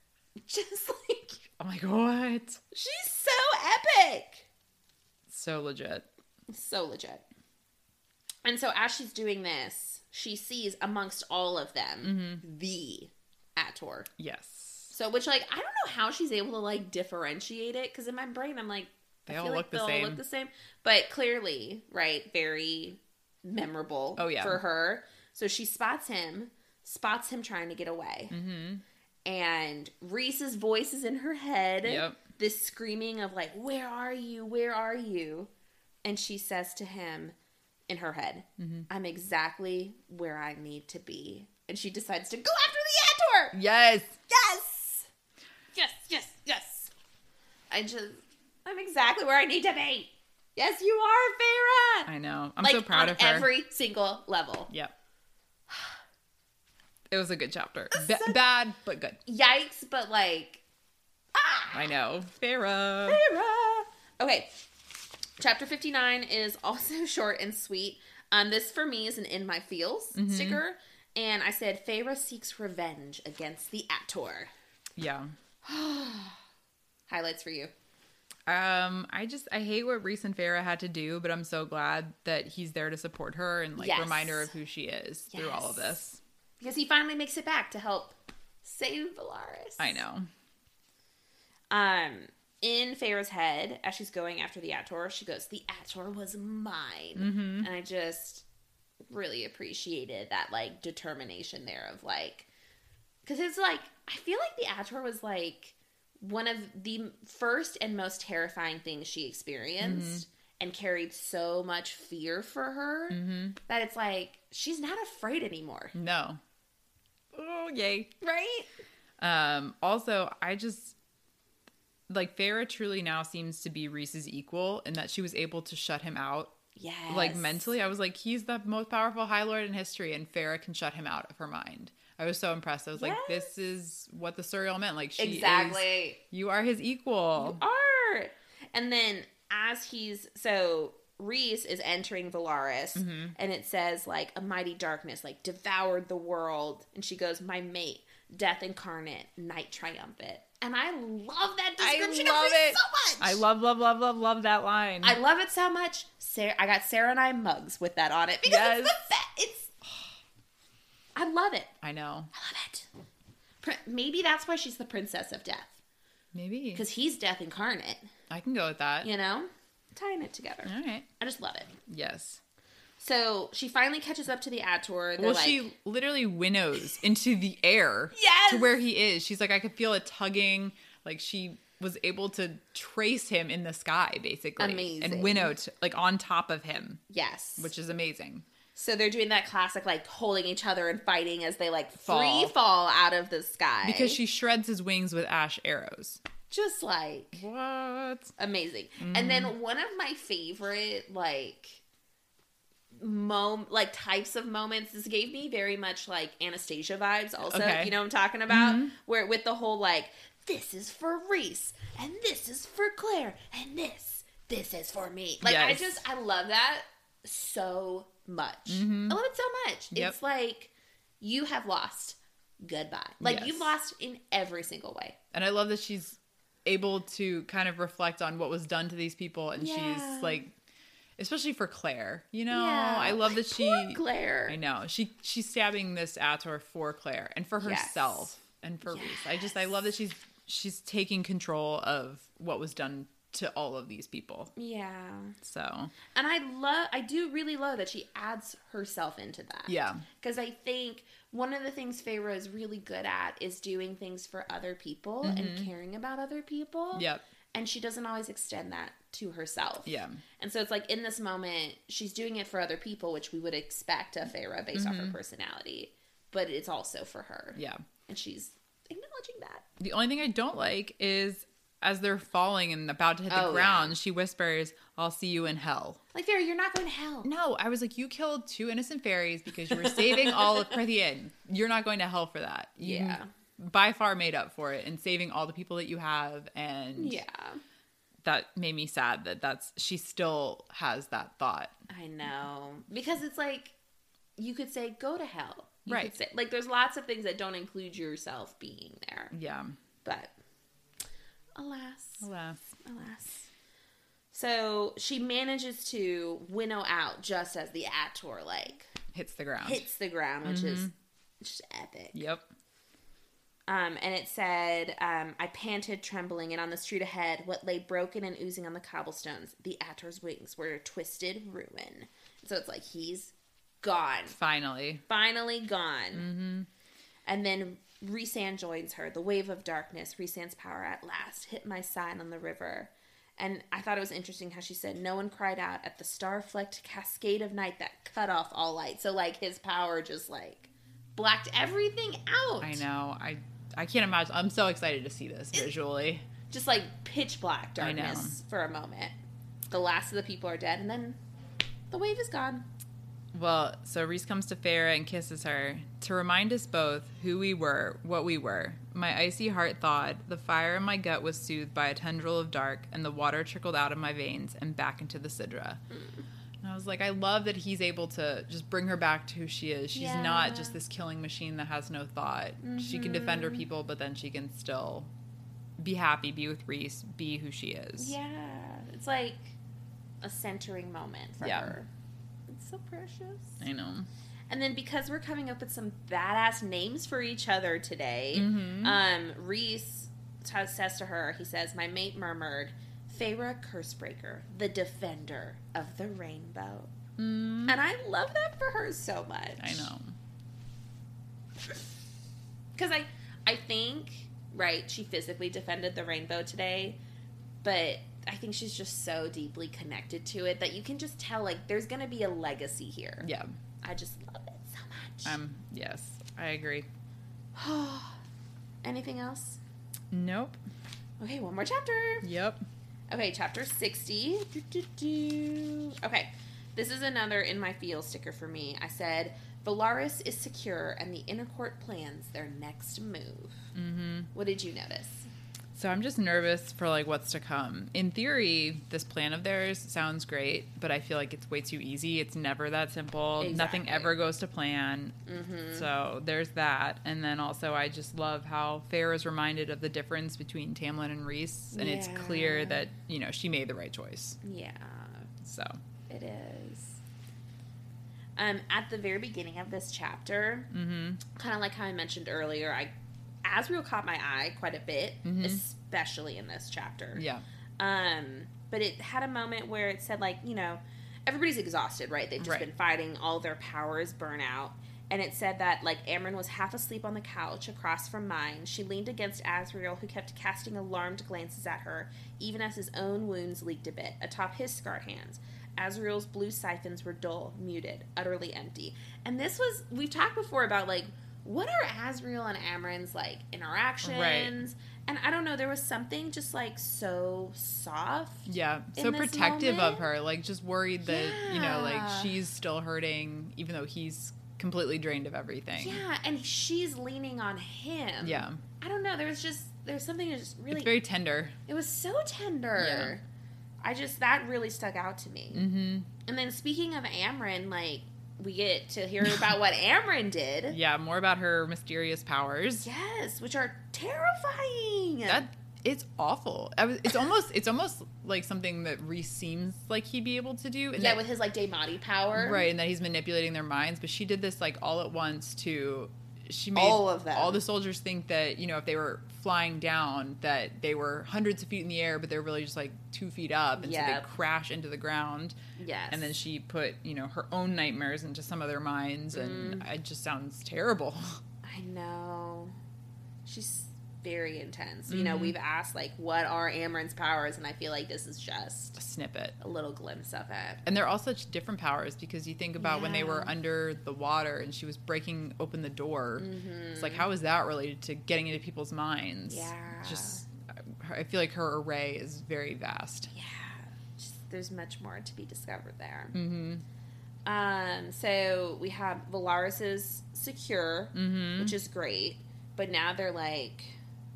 just like i'm like what she's so epic. so legit So legit. And so as she's doing this, she sees amongst all of them Mm-hmm. the Ator. yes So which like I don't know how she's able to like differentiate it because in my brain I'm like They I all feel look like the they all same. look the same, but clearly right, very memorable. Oh, yeah. for her. So she spots him, spots him trying to get away, mm-hmm and Reese's voice is in her head. Yep. This screaming of like, "Where are you? Where are you?" And she says to him in her head, Mm-hmm. "I'm exactly where I need to be." And she decides to go after the Ator. yes Yes. Yes, yes, yes. I just I'm exactly where I need to be. Yes, you are, Farah. i know i'm like so proud on of her every single level. yep it was a good chapter That's Ba- such- bad but good Yikes, but like ah, i know farah Farah. Okay. Chapter 59 is also short and sweet. Um this for me is an in my feels Mm-hmm. sticker and I said Farah seeks revenge against the Ator. yeah Highlights for you. um i just i hate what reese and farah had to do but i'm so glad that he's there to support her and like Yes. remind her of who she is through all of Yes. this Because he finally makes it back to help save Valaris. I know. Um, in Farah's head, as she's going after the Ator, she goes, "The Ator was mine," Mm-hmm. and I just really appreciated that like determination there of like, because it's like I feel like the Ator was like one of the first and most terrifying things she experienced. Mm-hmm. And carried so much fear for her that it's like she's not afraid anymore, No. Oh, yay. right? Um, also, I just like Farah truly now seems to be Reese's equal in that she was able to shut him out. Yes. Like mentally, I was like, he's the most powerful High Lord in history, and Farah can shut him out of her mind. I was so impressed. I was like, this is what the surreal meant. Like, she is- Exactly. you are his equal. Are. And then as he's so Reese is entering Valaris Mm-hmm. and it says like a mighty darkness like devoured the world and she goes my mate death incarnate night triumphant and I love that I description love of Reese it. so much I love, love, love, love, love that line. I love it so much Sarah I got Sarah and I mugs with that on it because it's Yes. the be- it's I love it I know. I love it Pr- maybe that's why she's the princess of death Maybe. because he's death incarnate I can go with that. you know tying it together All right. I just love it. Yes. So she finally catches up to the Ator. They're Well, like, she literally winnows into the air Yes! to where he is. She's like, I could feel it tugging. Like she was able to trace him in the sky, basically, Amazing. and winnow to, like on top of him, yes. which is amazing. so they're doing that classic, like holding each other and fighting as they like Fall. free fall out of the sky. Because she shreds his wings with ash arrows. just like What? amazing. And Mm-hmm. then one of my favorite like mom like types of moments. This gave me very much like Anastasia vibes. Also, Okay. Mm-hmm. you know what I'm talking about, where with the whole like this is for Reese and this is for Claire and this this is for me. Like I Yes. just I love that so much. I love it so much. Mm-hmm. Yep. It's like you have lost. Goodbye. Like Yes. you've lost in every single way. And I love that she's able to kind of reflect on what was done to these people, and Yeah. she's like, especially for Claire. You know, Yeah. I love that she. Poor Claire. I know. She she's stabbing this Ator for Claire and for Yes. herself and for Reese. I just I love that she's she's taking control of what was done to all of these people. Yeah. So And I love, I do really love that she adds herself into that. Yeah. Because I think one of the things Feyre is really good at is doing things for other people and caring about other people. Mm-hmm. Yep. And she doesn't always extend that to herself. Yeah. And so it's like in this moment, she's doing it for other people, which we would expect of Feyre based off her personality. but it's also for her. Mm-hmm. Yeah. And she's acknowledging that. The only thing I don't like is as they're falling and about to hit the Oh, yeah. ground, she whispers, I'll see you in hell. Like, Vera, you're not going to hell. No, I was like, you killed two innocent fairies because you were saving all of Prithian. You're not going to hell for that. You Yeah. By far made up for it and saving all the people that you have. And Yeah. that made me sad that that's, she still has that thought. I know. Because it's like, you could say, go to hell. You Right. Could say, like, there's lots of things that don't include yourself being there. Yeah. But, alas. Alas. Alas. So she manages to winnow out just as the Ator like Hits the ground. hits the ground, which is just epic. Yep. Um, and it said, um, I panted, trembling, and on the street ahead, what lay broken and oozing on the cobblestones, the Ator's wings were a twisted ruin. So it's like he's gone, Finally. finally gone. Mm-hmm. And then Resan joins her. The wave of darkness, Resan's power at last, hit my side on the river. And I thought it was interesting how she said, No one cried out at the star flecked cascade of night that cut off all light. So, like, his power just, like, blacked everything out. I know. I I can't imagine. I'm so excited to see this visually. Just, like, pitch black I know. darkness for a moment. The last of the people are dead, and then the wave is gone. Well, so Reese comes to Farah and kisses her to remind us both who we were, what we were. My icy heart thawed, the fire in my gut was soothed by a tendril of dark, and the water trickled out of my veins and back into the Sidra. And I was like, I love that he's able to just bring her back to who she is. She's Yeah. not just this killing machine that has no thought. She can defend Mm-hmm. her people, but then she can still be happy, be with Reese, be who she is. Yeah. It's like a centering moment for Yeah. her. It's so precious. I know. And then because we're coming up with some badass names for each other today, Mm-hmm. um, Reese t- says to her, he says, My mate murmured, Feyre Cursebreaker, the defender of the rainbow. Mm, And I love that for her so much. I know. Because I, I think, right, she physically defended the rainbow today, but I think she's just so deeply connected to it that you can just tell, like, there's going to be a legacy here. Yeah. I just love it so much. Um, yes, I agree. Anything else? Nope. Okay, one more chapter. Yep. Okay, chapter 60. Do, do, do. Okay, this is another in my feel sticker for me. I said, Valaris is secure and the inner court plans their next move. Mm-hmm. What did you notice? So I'm just nervous for like what's to come. In theory, this plan of theirs sounds great, but I feel like it's way too easy. It's never that simple. Nothing Exactly. Mm-hmm. ever goes to plan. So there's that. And then also I just love how Fair is reminded of the difference between Tamlin and Reese and it's Yeah. clear that, you know, she made the right choice. Yeah, So it is. Um, at the very beginning of this chapter, Mm. mm-hmm. kind of like how I mentioned earlier, I Asriel caught my eye quite a bit, especially in this chapter. yeah. Um, but it had a moment where it said, like, you know, everybody's exhausted, right? They've just Right. been fighting, all their powers burn out. And it said that, like, Amryn was half asleep on the couch across from mine. She leaned against Azriel, who kept casting alarmed glances at her, even as his own wounds leaked a bit atop his scar hands. Azriel's blue siphons were dull, muted, utterly empty. And this was, we've talked before about, like, what are Azriel and Amryn's, like, interactions? And I don't know, there was something just, like, so soft. Yeah. in So this protective moment. of her, like just worried that, you know, Yeah. like she's still hurting even though he's completely drained of everything. Yeah, and she's leaning on him. Yeah. I don't know. There was just there's something that just really It's very tender. it was so tender. I just that really stuck out to me. hmm And then speaking of Amryn, like we get to hear about what Amryn did. Yeah, more about her mysterious powers. Yes, which are terrifying. That it's awful. I was, it's almost it's almost like something that Reese seems like he'd be able to do. and yeah, that- with his like Daimati power. right, and that he's manipulating their minds. But she did this like all at once to she made All of them. all the soldiers think that you know if they were flying down that they were hundreds of feet in the air, but they're really just like two feet up, and so Yep. they crash into the ground. Yes. And then she put you know her own nightmares into some of their Mm. minds, and it just sounds terrible. I know. She's very intense. You know, we've asked like, what are Amarin's powers, and I feel like this is just snippet. a little glimpse of it. And they're all such different powers because you think about when they Yeah. were under the water and she was breaking open the door. It's like, how is that related to getting into people's minds? Mm-hmm. Yeah. Just, I feel like her array is very vast. Yeah, just, there's much more to be discovered there. Mm-hmm. Um, so we have Valaris is secure, Mhm. which is great, but now they're like,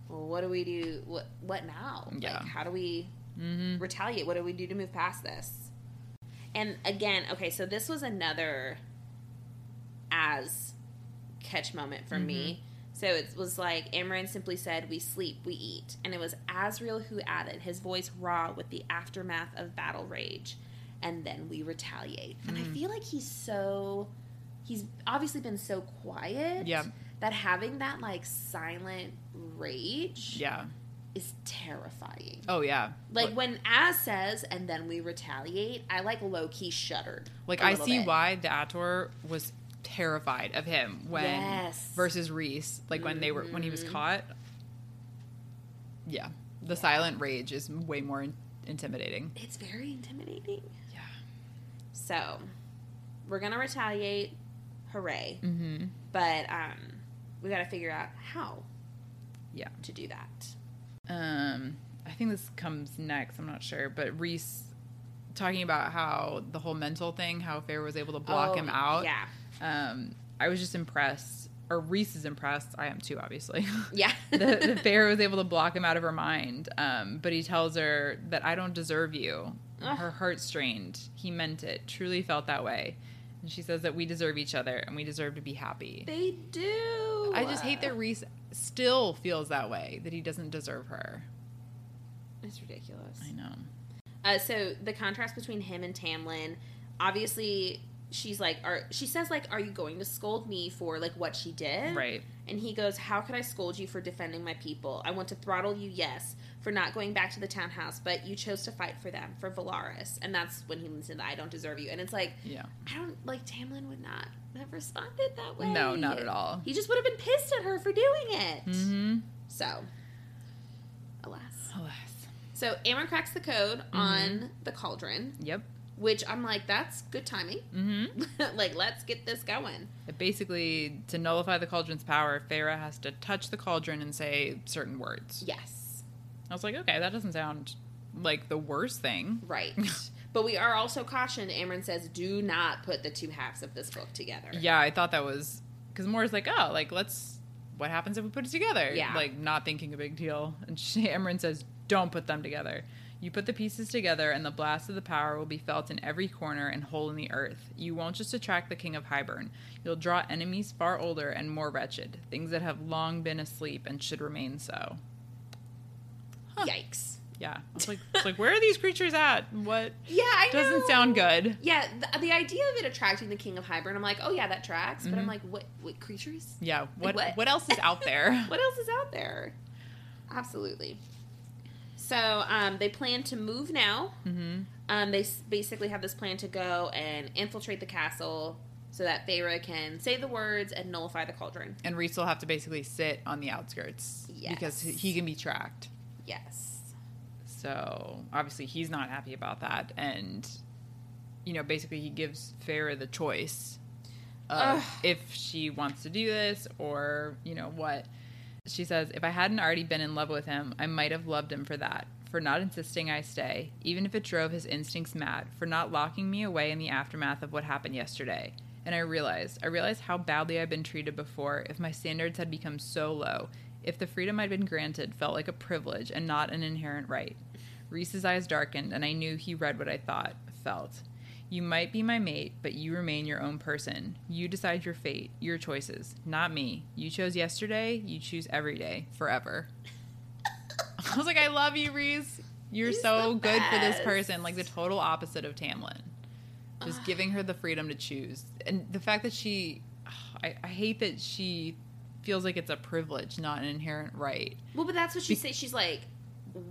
well, what do we do? What what now? Yeah. Like, how do we Mm-hmm. retaliate? What do we do to move past this? And again, okay, so this was another as catch moment for Mm-hmm. me. So it was like Amaran simply said, "We sleep, we eat," and it was Azriel who added his voice raw with the aftermath of battle rage, and then we retaliate. And Mm-hmm. I feel like he's so he's obviously been so quiet Yeah. that having that like silent rage Yeah. is terrifying. Oh, yeah. Like when Az says, and then we retaliate, I like low key shuddered. Like a I little see bit. why the Ator was terrified of him when Yes. Mm-hmm. versus Reese, like when they were when he was caught. Yeah, the silent rage is way more in- intimidating. It's very intimidating. Yeah. So we're gonna retaliate. Hooray. Mm-hmm. But um we gotta figure out how Yeah. to do that. Um, I think this comes next. I'm not sure, but Reese talking about how the whole mental thing, how Fair was able to block Oh, him out. Yeah. Um, I was just impressed, or Reese is impressed. I am too, obviously. Yeah. the, the fair was able to block him out of her mind. Um, but he tells her that I don't deserve you. Ugh. Her heart strained. He meant it. Truly felt that way. And she says that we deserve each other and we deserve to be happy. they do. Uh, I just hate that Reese still feels that way, that he doesn't deserve her. It's ridiculous. I know. Uh, so the contrast between him and Tamlin, obviously, she's like, "Are she says like, are you going to scold me for like what she did?" Right. And he goes, "How could I scold you for defending my people? I want to throttle you, yes, for not going back to the townhouse, but you chose to fight for them, for Valaris." And that's when he leans into, "I don't deserve you." And it's like, Yeah. I don't like Tamlin would not have responded that way. No, not at all. He just would have been pissed at her for doing it. Mm-hmm. So, alas. Alas. So Amber cracks the code Mm-hmm. on the cauldron, Yep. which I'm like, that's good timing. Mm-hmm. like, let's get this going. Basically, to nullify the cauldron's power, Farah has to touch the cauldron and say certain words. Yes, I was like, okay, that doesn't sound like the worst thing. right. but we are also cautioned. Amron says, do not put the two halves of this book together. Yeah, I thought that was because Moore's like, oh, like let's what happens if we put it together? Yeah. like not thinking a big deal. And she, Emran says, don't put them together. You put the pieces together, and the blast of the power will be felt in every corner and hole in the earth. You won't just attract the king of Hibern. You'll draw enemies far older and more wretched, things that have long been asleep and should remain so. Yikes. Yeah, I was like, it's like where are these creatures at? What Yeah, I doesn't know. sound good? Yeah, the, the idea of it attracting the king of Hybern, I'm like, oh yeah, that tracks. Mm-hmm. But I'm like, what? What creatures? Yeah, what what? what, else is out there? What else is out there? Absolutely. So um, they plan to move now. Mhm. Um, they s- basically have this plan to go and infiltrate the castle so that Feyre can say the words and nullify the cauldron. and Reese will have to basically sit on the outskirts because Yes. he can be tracked. Yes. So obviously he's not happy about that, and you know basically he gives Farah the choice of Ugh. if she wants to do this or you know what. She says, "If I hadn't already been in love with him, I might have loved him for that." For not insisting I stay, even if it drove his instincts mad, for not locking me away in the aftermath of what happened yesterday. And I realized, I realized how badly I'd been treated before if my standards had become so low, if the freedom I'd been granted felt like a privilege and not an inherent right. Reese's eyes darkened, and I knew he read what I thought, felt. You might be my mate, but you remain your own person. You decide your fate, your choices, not me. You chose yesterday, you choose every day, forever. I was like, I love you, Reese. You're He's so the good for this best. person. Like the total opposite of Tamlin. Just giving her the freedom to choose. And the fact that she, I, I hate that she feels like it's a privilege, not an inherent right. Well, but that's what she says. She's like,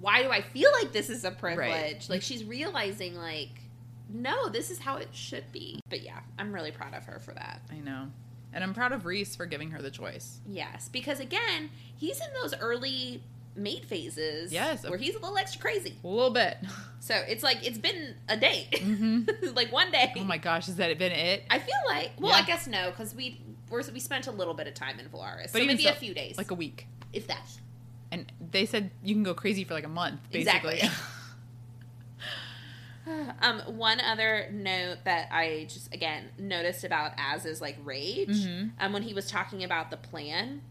why do I feel like this is a privilege? Like, she's realizing, like, no, this is how it should be. But yeah, I'm really proud of her for that. I know. And I'm proud of Reese for giving her the choice. Yes, because again, he's in those early mate phases. Yes. where he's a little extra crazy. A little bit. So it's like it's been a date, like one day. Oh my gosh, has that been it? I feel like well, I Yeah. guess no, because we we're, we spent a little bit of time in Polaris, so even maybe so, a few days, Like a week. if that. And they said you can go crazy for like a month, basically. Exactly. Um, one other note that I just again noticed about Az's like rage, Mhm. um, when he was talking about the plan,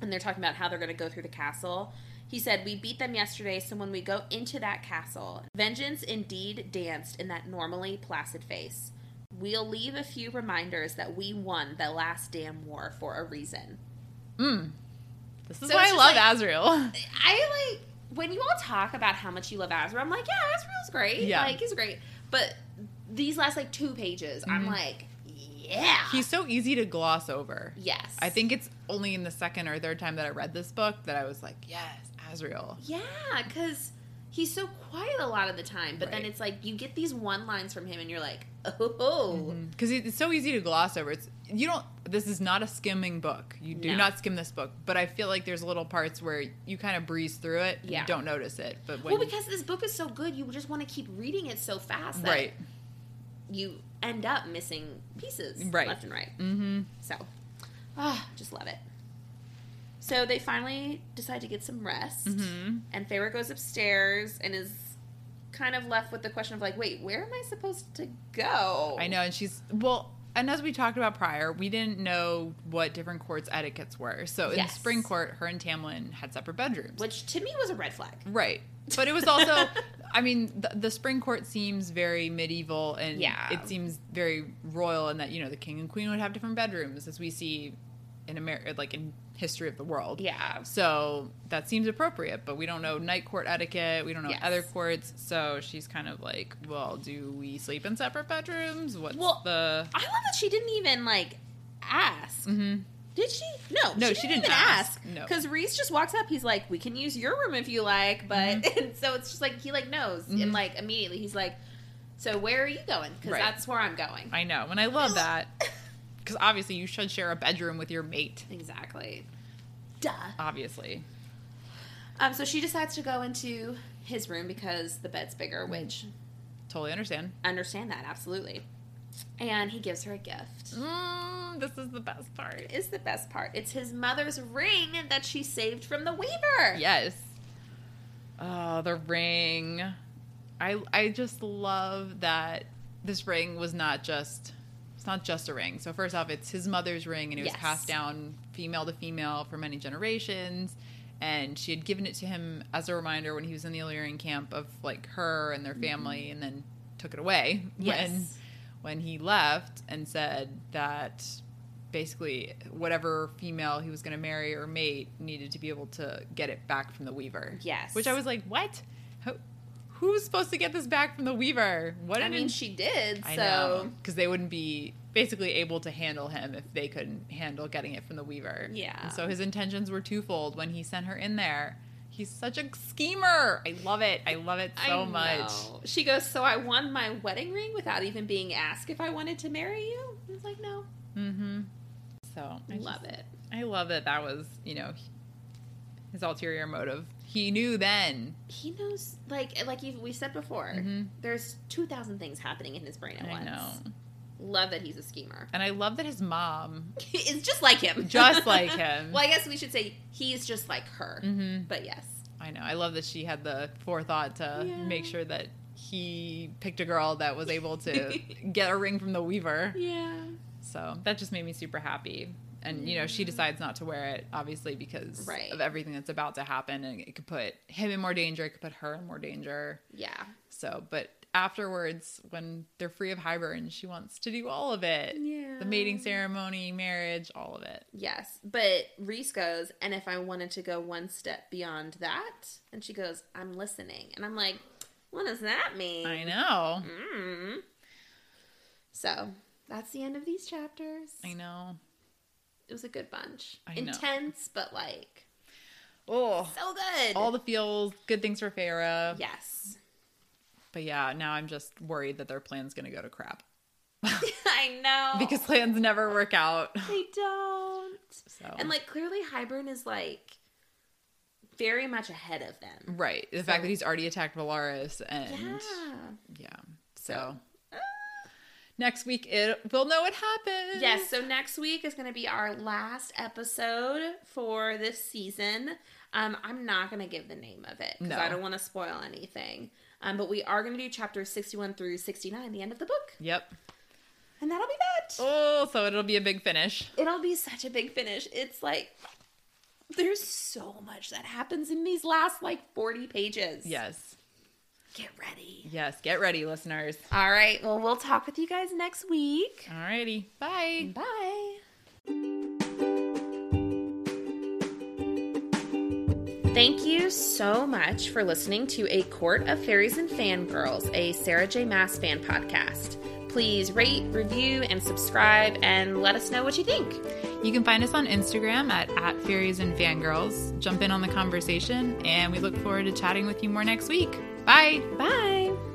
and they're talking about how they're going to go through the castle. He said, "We beat them yesterday, so when we go into that castle, vengeance indeed danced in that normally placid face. We'll leave a few reminders that we won the last damn war for a reason." mm. This is So why it's I just love like- Azrael. I like when you all talk about how much you love Azra. I'm like, yeah, Azra's great. Yeah. like he's great. But these last like two pages, I'm like, yeah, Mm-hmm. He's so easy to gloss over. yes. I think it's only in the second or third time that I read this book that I was like, yes, Azrael. yeah, because he's so quiet a lot of the time. But then Right. it's like you get these one lines from him, and you're like, oh, Because it's so easy to gloss over. It's you don't. This is not a skimming book. You do No. not skim this book. But I feel like there's little parts where you kind of breeze through it. and Yeah. You don't notice it. But when well, because this book is so good, you just want to keep reading it so fast that right, you end up missing pieces Right. left and right. mm-hmm. So, ah, just love it. So they finally decide to get some rest, Mhm. and Feyre goes upstairs and is kind of left with the question of like, wait, where am I supposed to go? I know. And she's well. And as we talked about prior, we didn't know what different courts etiquettes were. So in Yes. spring court, her and Tamlin had separate bedrooms. which to me was a red flag. Right. But it was also, I mean, the, the spring court seems very medieval and Yeah. it seems very royal in that, you know, the king and queen would have different bedrooms as we see in America, like in history of the world. Yeah, So that seems appropriate, but we don't know night court etiquette. We don't know Yes. other courts. So she's kind of like, well, do we sleep in separate bedrooms? What's Well, the. I love that she didn't even like ask. Mhm. Did she? No, No, she didn't, she didn't even ask. ask. No. because Reese just walks up. He's like, "We can use your room if you like," but Mm-hmm. and so it's just like he like knows and Mhm. like immediately he's like, "So where are you going?" Because Right. that's where I'm going. I know. And I love that. Because obviously you should share a bedroom with your mate. Exactly. Duh. Obviously. Um, so she decides to go into his room because the bed's bigger, Mm-hmm. which Totally understand. understand that absolutely. And he gives her a gift. Mm, this is the best part. Is the best part. It's his mother's ring that she saved from the Weaver. Yes. Oh, the ring. I I just love that this ring was not just it's not just a ring. So first off, it's his mother's ring and it was Yes. passed down female to female for many generations. And she had given it to him as a reminder when he was in the Illyrian camp of like her and their family and then took it away when Mm-hmm. Yes. when he left and said that basically whatever female he was going to marry or mate needed to be able to get it back from the weaver. Yes. Which I was like, what? Who, who's supposed to get this back from the weaver? What I an mean, in- she did. I so know because they wouldn't be basically able to handle him if they couldn't handle getting it from the weaver. Yeah. And so his intentions were twofold when he sent her in there. He's such a schemer. I love it. I love it so I much. know. She goes, "So I won my wedding ring without even being asked if I wanted to marry you." I was like, "No, Mm-hmm. So I love it." I love that that was, you know, his ulterior motive. He knew then. He knows, like, like you, we said before, Mhm. there's two thousand things happening in his brain at I once. know. Love that he's a schemer. And I love that his mom, it's just like him, just like him. well, I guess we should say he's just like her. Mhm. But yes, I know. I love that she had the forethought to Yeah. make sure that he picked a girl that was able to get a ring from the weaver. yeah, So that just made me super happy. And, you know, she decides not to wear it, obviously, because Right. of everything that's about to happen. And it could put him in more danger. It could put her in more danger. yeah, So, but afterwards, when they're free of Hibern, she wants to do all of it. yeah. The mating ceremony, marriage, all of it. Yes, but Reese goes, and if I wanted to go one step beyond that, and she goes, I'm listening, and I'm like, what does that mean? I know. Mm. So that's the end of these chapters. I know. It was a good bunch. I know. Intense, but like Oh. so good. All the feels, good things for Farah. yes. But yeah, now I'm just worried that their plan's going to go to crap. I know because plans never work out. they don't. So And like clearly, Hybern is like very much ahead of them. right, the fact that he's already attacked Valaris Yeah. and yeah, so. Next week, it, we'll know what happened. Yes, so next week is going to be our last episode for this season. Um, I'm not going to give the name of it because No. I don't want to spoil anything. Um, but we are going to do chapters 61 through 69, the end of the book. Yep. And that'll be that. Oh, so it'll be a big finish. It'll be such a big finish. It's like, there's so much that happens in these last like 40 pages. Yes. Get ready. Yes. Get ready, listeners. All right. Well, we'll talk with you guys next week. Alrighty. Bye. Bye. Thank you so much for listening to A Court of Fairies and Fangirls, a Sarah J. Mass fan podcast. Please rate, review, and subscribe, and let us know what you think. You can find us on Instagram at, at fairies and fangirls. Jump in on the conversation, and we look forward to chatting with you more next week. Bye. Bye.